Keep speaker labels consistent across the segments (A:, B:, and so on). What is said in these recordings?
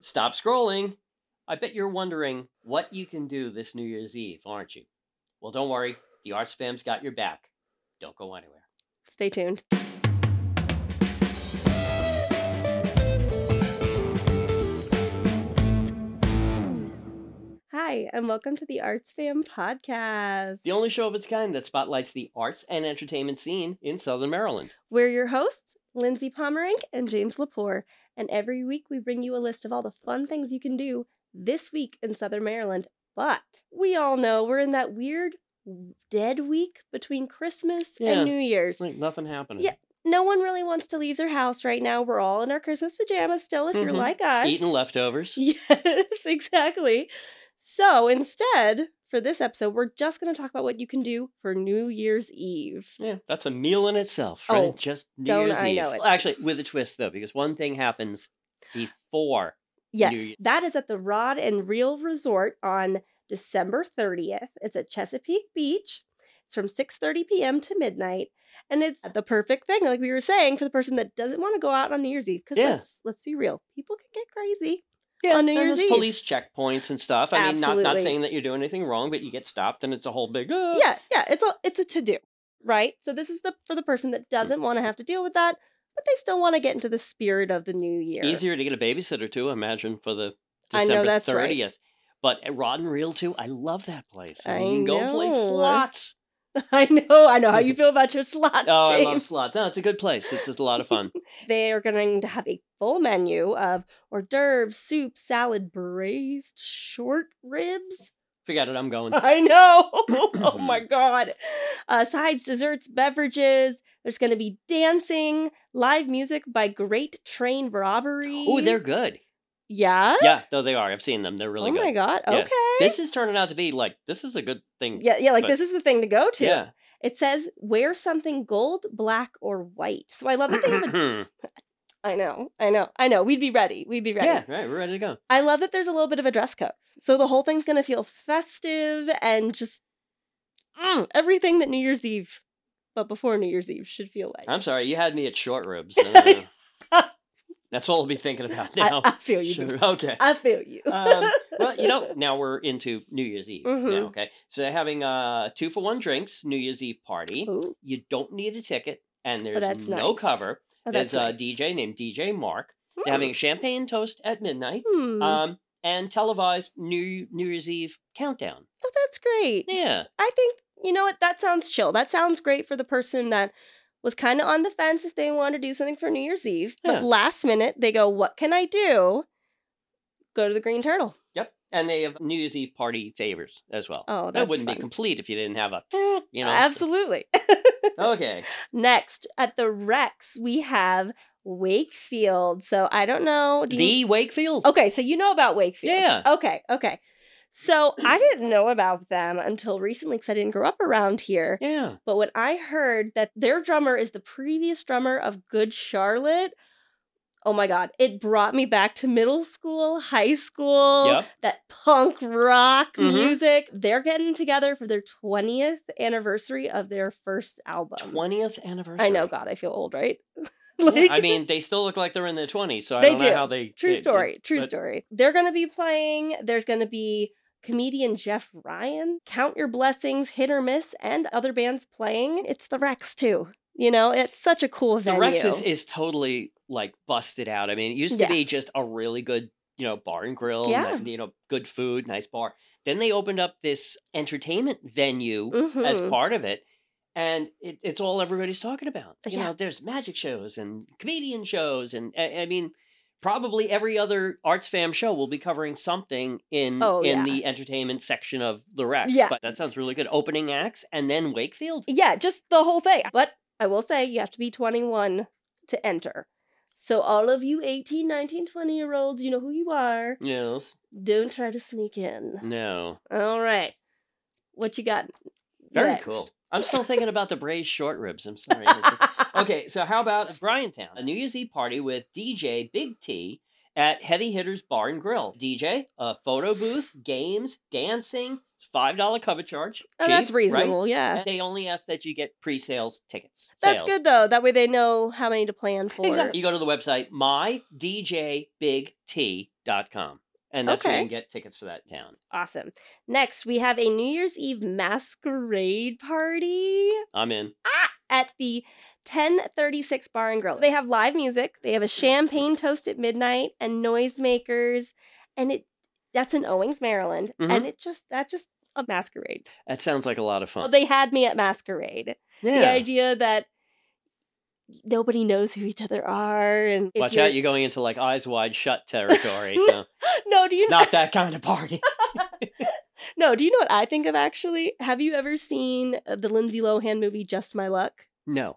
A: Stop scrolling. I bet you're wondering what you can do this New Year's Eve, aren't you? Well, don't worry. The Arts Fam's got your back. Don't go anywhere.
B: Stay tuned. Hi, and welcome to the Arts Fam podcast.
A: The only show of its kind that spotlights the arts and entertainment scene in Southern Maryland.
B: We're your hosts, Lindsay Pomerank and James Lepore, and every week we bring you a list of all the fun things you can do this week in Southern Maryland. But we all know we're in that weird dead week between Christmas
A: Yeah.
B: and New Year's.
A: It's like nothing happening.
B: Yeah, No one really wants to leave their house right now. We're all in our Christmas pajamas still, if you're
A: Mhm.
B: like us.
A: Eating leftovers.
B: Yes, exactly. So instead, for this episode, we're just going to talk about what you can do for New Year's Eve.
A: Yeah, that's a meal in itself,
B: Oh,
A: right? Just New
B: don't
A: Year's
B: I
A: Eve.
B: know it.
A: Actually, with a twist though, because one thing happens before.
B: Yes,
A: Ye-
B: that is at the Rod and Reel Resort on December 30th. It's at Chesapeake Beach. It's from 6:30 p.m. to midnight, and it's the perfect thing, like we were saying, for the person that doesn't want to go out on New Year's Eve. Because
A: Yeah.
B: let's let's be real, people can get crazy.
A: Yeah,
B: on New
A: and
B: Year's
A: there's
B: Eve.
A: police checkpoints and stuff. I mean, not not
B: Absolutely.
A: saying that you're doing anything wrong, but you get stopped and it's a whole big. Uh,
B: Yeah, yeah, it's a it's a to do, right? So this is the for the person that doesn't want to have to deal with that, but they still want to get into the spirit of the new year.
A: Easier to get a babysitter too, I imagine, for the
B: I know
A: December
B: that's right.
A: 30th. But at Rod and Reel too, I love that place. I,
B: I
A: mean, you can go and play
B: know.
A: slots.
B: I know, I know how you feel about your slots,
A: oh,
B: James.
A: I love slots. No, it's a good place. It's just a lot of fun.
B: They are going to have a full menu of hors d'oeuvres, soup, salad, braised short ribs.
A: Forget it. I'm going.
B: I know. oh my God. Uh, sides, desserts, beverages. There's going to be dancing, live music by Great Train Robbery.
A: Oh, they're good.
B: Yeah.
A: Yeah, though they are. I've seen them. They're really
B: oh
A: good.
B: my God.
A: Yeah.
B: Okay.
A: This is turning out to be like this is a good thing.
B: yeah, yeah, like
A: but-
B: this is the thing to go to.
A: Yeah.
B: It says wear something gold, black, or white. So I love that they have a I know, I know, I know. We'd be ready. We'd be ready.
A: Yeah, right. We're ready to go.
B: I love that there's a little bit of a dress code. So the whole thing's going to feel festive and just mm, everything that New Year's Eve, but before New Year's Eve, should feel like.
A: I'm sorry, you had me at short ribs. I don't know. That's all I'll be thinking about
B: I-
A: now.
B: I, feel you.
A: Sure,
B: boo.
A: Okay.
B: I feel you.
A: Um, well, you know, now we're into New Year's Eve.
B: Mhm.
A: Now, okay. So they're having uh, two for one drinks, New Year's Eve party.
B: Ooh, Oh,
A: You don't need a ticket, and there's
B: that's
A: no
B: nice.
A: cover.
B: oh, that's
A: there's a
B: nice.
A: DJ named DJ Mark.
B: Mm,
A: They're uh, having a champagne toast at midnight.
B: hmm.
A: Um, and televised New New Year's Eve countdown.
B: oh, that's great.
A: Yeah.
B: I think, you know what? That sounds chill. That sounds great for the person that was kind of on the fence if they wanted to do something for New Year's Eve.
A: Yeah.
B: But last minute, they go, what can I do? Go to the Green Turtle.
A: Yep. And they have New Year's Eve party favors as well.
B: Oh,
A: that
B: that's
A: wouldn't be
B: fun.
A: complete if you didn't have a, Eh, you know.
B: Absolutely.
A: Okay.
B: Next, at the Rex, we have Wakefield. So I don't know. Do you- Oh,
A: The Wakefield.
B: okay, so you know about Wakefield.
A: Yeah.
B: Okay, okay. So I didn't know about them until recently because I didn't grow up around here.
A: Yeah.
B: But when I heard that their drummer is the previous drummer of Good Charlotte, oh my God, it brought me back to middle school, high school,
A: Yep.
B: that punk rock
A: Mhm.
B: music. They're getting together for their 20th anniversary of their first album.
A: 20th anniversary.
B: um, I know, God, I feel old, right?
A: Yeah,
B: like,
A: I mean, they still look like they're in their 20s, so I
B: They
A: don't know
B: do.
A: how they.
B: true
A: they-
B: story, true
A: but-
B: story. They're going to be playing. There's going to be comedian Jeff Ryan, Count Your Blessings, Hit or Miss, and other bands playing. It's the Rex, too. You know, it's such a cool
A: The
B: venue.
A: Rex is, is totally like busted out. I mean, it used to
B: Yeah.
A: be just a really good, you know, bar and grill,
B: Yeah.
A: ni- you know, good food, nice bar. Then they opened up this entertainment venue as
B: Mhm.
A: part of it. And it, it's all everybody's talking about. You
B: Yeah.
A: know, there's magic shows and comedian shows, and I, I mean, probably every other arts fam show will be covering something in
B: Oh,
A: in
B: yeah.
A: the entertainment section of the Rex.
B: Yeah.
A: but that sounds really good. Opening acts and then Wakefield.
B: yeah, just the whole thing. But I will say you have to be 21 to enter. So all of you 18, 19, 20 year olds, you know who you are.
A: Yes.
B: Don't try to sneak in.
A: No.
B: All right. What you got?
A: Mm. Very
B: next?
A: cool. I'm still thinking about the braised short ribs. I'm sorry. It's just-
B: Oh,
A: okay, so how about Bryantown? A New Year's Eve party with DJ Big T at Heavy Hitters Bar and Grill. DJ, a photo booth, games, dancing. It's five dollar cover charge.
B: Oh, that's
A: Cheap, right?
B: reasonable. Yeah.
A: And They only ask that you get pre-sales tickets.
B: That's
A: Sales.
B: good though. That way they know how many to plan for.
A: Exactly. You go to the website mydjbigt com, And that's where
B: Okay.
A: you can get tickets for that town.
B: Awesome. Next, we have a New Year's Eve masquerade party
A: I'm in.
B: at the 1036 Bar and Grill. They have live music, they have a champagne toast at midnight and noisemakers, and it that's in Owings, Maryland, and
A: Mhm.
B: it just that just a masquerade.
A: That sounds like a lot of fun.
B: Well, they had me at masquerade. The
A: yeah.
B: idea that nobody knows who each other are and if
A: Watch
B: you're-
A: out, you're going into like eyes wide shut territory. so
B: No, do you
A: it's not that kind of party.
B: No, do you know what I think of actually? Have you ever seen uh, the Lindsay Lohan movie Just My Luck?
A: No.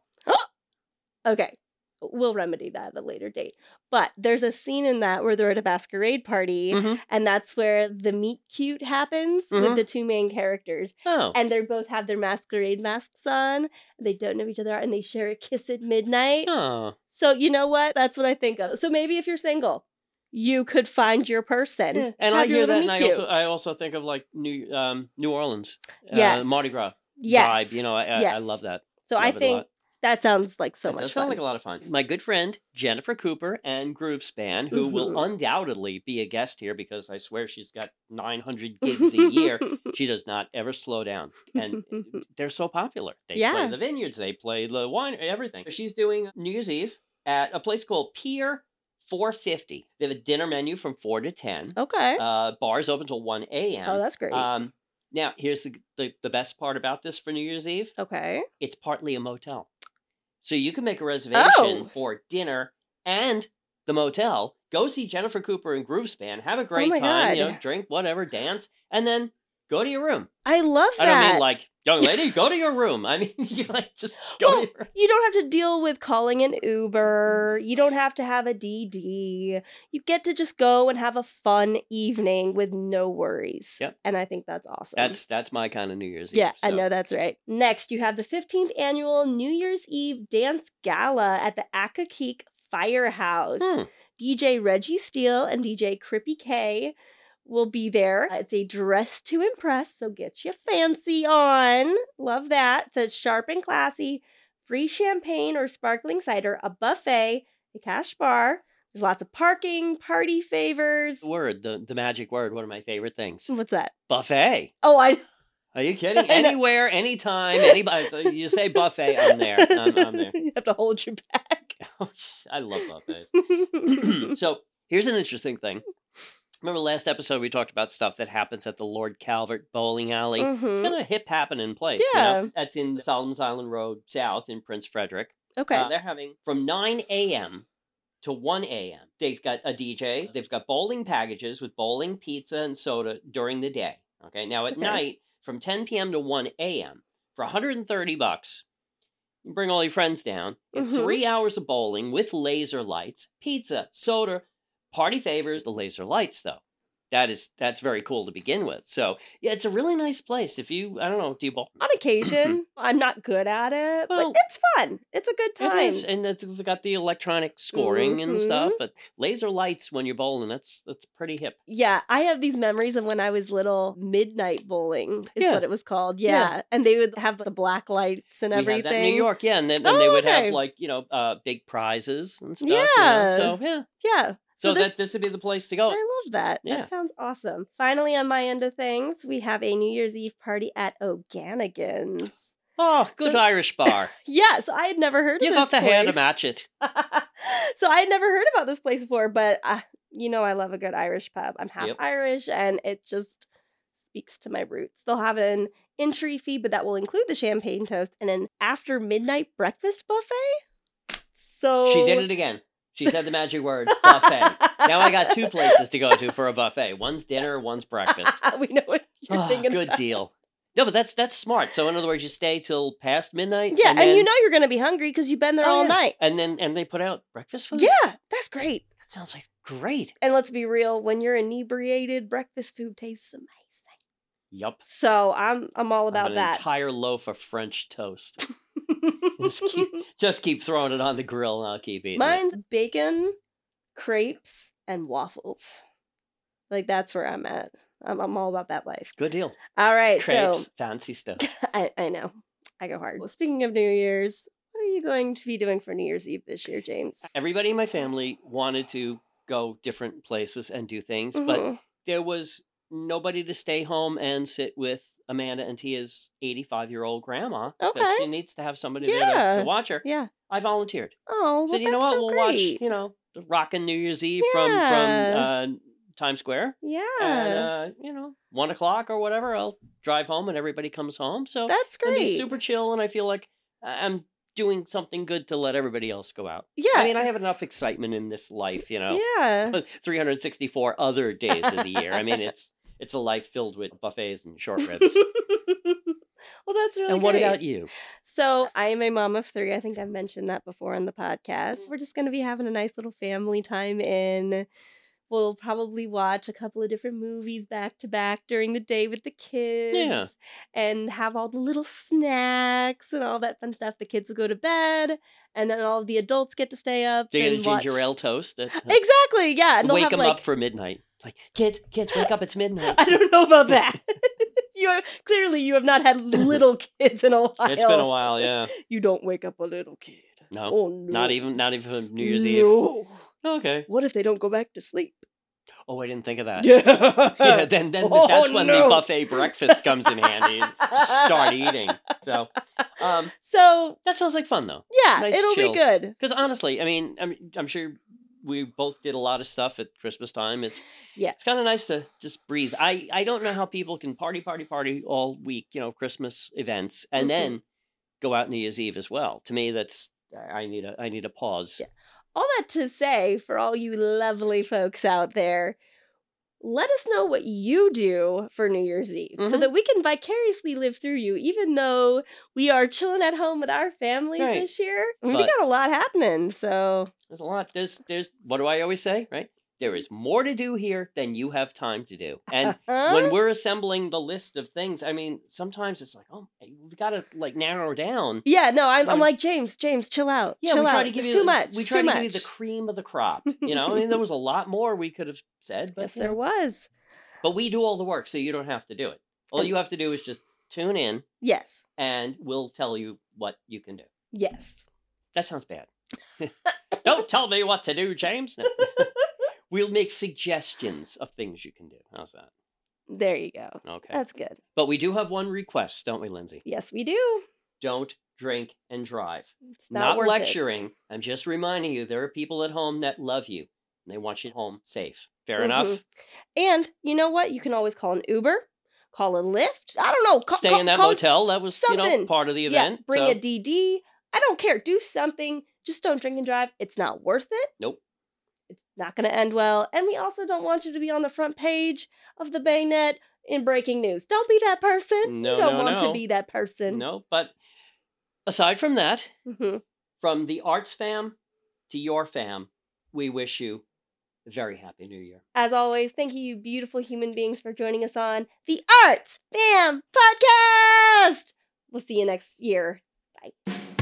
B: Okay. We'll remedy that at a later date. But there's a scene in that where they're at a masquerade party,
A: Mhm.
B: and that's where the meet cute happens with
A: Mhm.
B: the two main characters.
A: Oh.
B: And they both have their masquerade masks on. They don't know each other, and they share a kiss at midnight.
A: Oh.
B: So, you know what? That's what I think of. So, maybe if you're single, you could find your person.
A: Yeah. And I
B: Have your
A: hear
B: little
A: that, and
B: meet
A: I
B: cute.
A: also, I also think of like New um, New Orleans,
B: Yes.
A: uh, Mardi Gras
B: yes.
A: vibe. You know, I, I, I
B: Yes.
A: love that.
B: so,
A: Love
B: I
A: it a
B: think
A: lot.
B: that sounds like so
A: That
B: much
A: does
B: fun.
A: sound like a lot of fun. My good friend Jennifer Cooper and Groove Span, who will
B: Mm-hmm.
A: undoubtedly be a guest here because I swear she's got 900 gigs a year. She does not ever slow down, and they're so popular. They
B: Yeah.
A: play the vineyards, they play the wine, everything. She's doing New Year's Eve at a place called Pier 450. They have a dinner menu from four to ten.
B: okay.
A: Uh, bars open till 1 a.m.
B: oh, that's great.
A: Um, now, here's the, the the best part about this for New Year's Eve.
B: okay.
A: It's partly a motel, so you can make a reservation
B: Oh.
A: for dinner and the motel. Go see Jennifer Cooper and Groove Span. Have a great
B: Oh my
A: time. You
B: God.
A: know, drink whatever, dance, and then go to your room.
B: I love
A: I
B: that.
A: don't mean like young lady, go to your room. I mean you like just go
B: Well,
A: to your room.
B: you don't have to deal with calling an Uber. You don't have to have a DD. You get to just go and have a fun evening with no worries.
A: Yep.
B: And I think that's awesome.
A: That's that's my kind of New Year's Eve.
B: yeah, I
A: so.
B: know that's right. Next, you have the 15th annual New Year's Eve dance gala at the Akakeek Firehouse.
A: Hmm.
B: DJ Reggie Steele and DJ Crippy K will be there. It's a dress to impress, so get your fancy on. Love that. So it's sharp and classy, free champagne or sparkling cider, a buffet, a cash bar. There's lots of parking, party favors.
A: The word, the, the magic word, one of my favorite things.
B: What's that?
A: Buffet.
B: Oh, I
A: Are you kidding?
B: I know.
A: Anywhere, anytime, anybody. You say buffet, I'm there. I'm, I'm there.
B: you have to hold your back.
A: I love buffets. so here's an interesting thing. Remember last episode we talked about stuff that happens at the Lord Calvert Bowling Alley. It's
B: Mhm.
A: kind of a hip happening place. you know?
B: Yeah.
A: That's in Solomons Island Road South in Prince Frederick.
B: Okay.
A: Uh, they're having from 9 a.m. to 1 a.m. They've got a DJ. They've got bowling packages with bowling, pizza, and soda during the day. Okay. Now at
B: Okay.
A: night, from 10 p.m. to 1 a.m. for 130 bucks, you bring all your friends down. It's
B: Mhm.
A: Three hours of bowling with laser lights, pizza, soda, party favors. The laser lights, though. That is that's very cool to begin with. So yeah, it's a really nice place. If you I don't know, do you bowl?
B: On occasion, I'm not good at it,
A: Well,
B: but it's fun. It's a good time. Mm-hmm.
A: It is, and it's they've got the electronic scoring and stuff, but laser lights when you're bowling, that's that's pretty hip.
B: Yeah, I have these memories of when I was little. Midnight bowling is
A: Yeah.
B: what it was called. Yeah.
A: Yeah.
B: and they would have the black lights and
A: We
B: everything.
A: had that in New York, yeah, and then and they
B: Oh,
A: would
B: okay.
A: have like you know uh, big prizes and stuff. you know,
B: Yeah.
A: so yeah,
B: Yeah,
A: so,
B: So this-
A: that this would be the place to
B: I
A: go.
B: love that.
A: Oh, Yeah.
B: That sounds awesome. Finally, on my end of things, we have a New Year's Eve party at O'Ganigan's.
A: Oh, good
B: So-
A: Irish bar!
B: Yeah, so I had never heard
A: You
B: of
A: got
B: this
A: the hair to
B: place.
A: match it.
B: so I had never heard about this place before, but uh, you know I love a good Irish pub. I'm half
A: Yep.
B: Irish, and it just speaks to my roots. They'll have an entry fee, but that will include the champagne toast and an after midnight breakfast buffet. So
A: She did it again. She said the magic word buffet. now I got two places to go to for a buffet. One's dinner, one's breakfast.
B: we know what you're
A: Ah,
B: thinking.
A: good
B: about.
A: deal. No, but that's that's smart. So in other words, you stay till past midnight.
B: Yeah, and,
A: then,
B: you know you're gonna be hungry because you've been there
A: Oh,
B: all
A: yeah.
B: night.
A: and then and they put out breakfast food.
B: Yeah, that's great.
A: That sounds like great.
B: And let's be real, when you're inebriated, breakfast food tastes amazing.
A: Yup.
B: So I'm I'm all about
A: an
B: that.
A: entire loaf of French toast. Just keep, just keep throwing it on the grill, and I'll keep eating. it.
B: Mine's bacon, crepes, and waffles. Like that's where I'm at. I'm, I'm all about that life.
A: Good deal.
B: All right,
A: Crepes, fancy stuff.
B: so I, I know I go hard. Well, speaking of New Year's, what are you going to be doing for New Year's Eve this year, James?
A: Everybody in my family wanted to go different places and do things, but
B: Mhm.
A: there was nobody to stay home and sit with Amanda and Tia's 85 year old grandma
B: Okay.
A: she needs to have somebody there to- to,
B: Yeah.
A: watch her.
B: yeah.
A: I volunteered.
B: Oh, well,
A: so you know
B: that's
A: what?
B: so
A: we'll watch,
B: great.
A: you know, the Rockin' New Year's Eve
B: Yeah.
A: from from uh, Times Square.
B: yeah,
A: And, uh, you know, one o'clock or whatever, I'll drive home and everybody comes home. So
B: that's
A: uh, it'll be
B: great.
A: super chill and I feel like I- I'm doing something good to let everybody else go out.
B: yeah,
A: I mean, I have enough excitement in this life, you know.
B: yeah.
A: 364 other days of the year. I mean, it's it's a life filled with buffets and short ribs.
B: well, that's really.
A: and what
B: great.
A: about you?
B: So I am a mom of three. I think I've mentioned that before on the podcast. We're just going to be having a nice little family time in. We'll probably watch a couple of different movies back to back during the day with the kids.
A: Yeah.
B: And have all the little snacks and all that fun stuff. The kids will go to bed, and then all of the adults get to stay up.
A: They
B: and
A: get a ginger
B: watch-
A: ale toast. That,
B: Exactly. Yeah. And they'll
A: wake
B: have
A: them
B: like
A: up for midnight. Like kids, kids, wake up! It's midnight.
B: I don't know about that. you are, clearly you have not had little kids in a while.
A: It's been a while, yeah.
B: You don't wake up a little kid.
A: No,
B: oh no.
A: not even not even New Year's Eve.
B: No.
A: Okay.
B: What if they don't go back to sleep?
A: Oh, I didn't think of that.
B: Yeah.
A: Yeah, then then
B: Oh,
A: that's when the
B: no.
A: buffet breakfast comes in handy. Just start eating. So, um,
B: So
A: that sounds like fun though.
B: yeah,
A: Nice
B: it'll
A: chill.
B: be good.
A: Because honestly, I mean, I'm I'm sure we both did a lot of stuff at Christmas time. It's
B: Yes.
A: it's kind of nice to just breathe. I I don't know how people can party, party, party all week. You know, Christmas events, and
B: Mhm.
A: then go out New Year's Eve as well. To me, that's I need a I need a pause.
B: Yeah. all that to say for all you lovely folks out there, let us know what you do for New Year's Eve so
A: Mhm.
B: that we can vicariously live through you, even though we are chilling at home with our families
A: Right.
B: this year. I mean, we
A: But-
B: got a lot happening, so
A: There's a lot. There's there's what do I always say? Right? There is more to do here than you have time to do, and when we're assembling the list of things, I mean, sometimes it's like, oh, we gotta like narrow down.
B: Yeah, no, I'm, I'm
A: Like-
B: like James. James, chill out.
A: Yeah,
B: chill
A: we
B: out.
A: try to give
B: it's
A: you
B: too much.
A: We
B: it's
A: try
B: too
A: to give
B: much.
A: you the cream of the crop. You know, I mean, there was a lot more we could have said, but
B: yes,
A: you
B: there
A: know,
B: was.
A: but we do all the work, so you don't have to do it. All
B: And-
A: you have to do is just tune in,
B: Yes,
A: and we'll tell you what you can do.
B: yes.
A: That sounds bad. don't tell me what to do, James. No. we'll make suggestions of things you can do. How's that?
B: There you go.
A: Okay.
B: That's good.
A: But we do have one request, don't we, Lindsay?
B: Yes, we do.
A: Don't drink and drive.
B: It's not,
A: not,
B: worth it.
A: lecturing. I'm just reminding you there are people at home that love you and they want you home safe. Fair enough.
B: Mhm. And you know what? You can always call an Uber, call a Lyft. I don't know. Call,
A: Stay
B: call-
A: in that
B: call-
A: motel. That was you know
B: something.
A: part of the
B: Yeah,
A: event.
B: bring
A: so-
B: a DD. I don't care. Do something. Just don't drink and drive. It's not worth it.
A: Nope.
B: It's not going to end well. And we also don't want you to be on the front page of the Baynet in breaking news. Don't be that person.
A: No,
B: you don't
A: no,
B: want
A: no.
B: to be that person.
A: no, but aside from that,
B: hmm
A: from the arts fam to your fam, we wish you a very happy new year.
B: As always, thank you, you beautiful human beings, for joining us on the Arts Fam Podcast. We'll see you next year. Bye.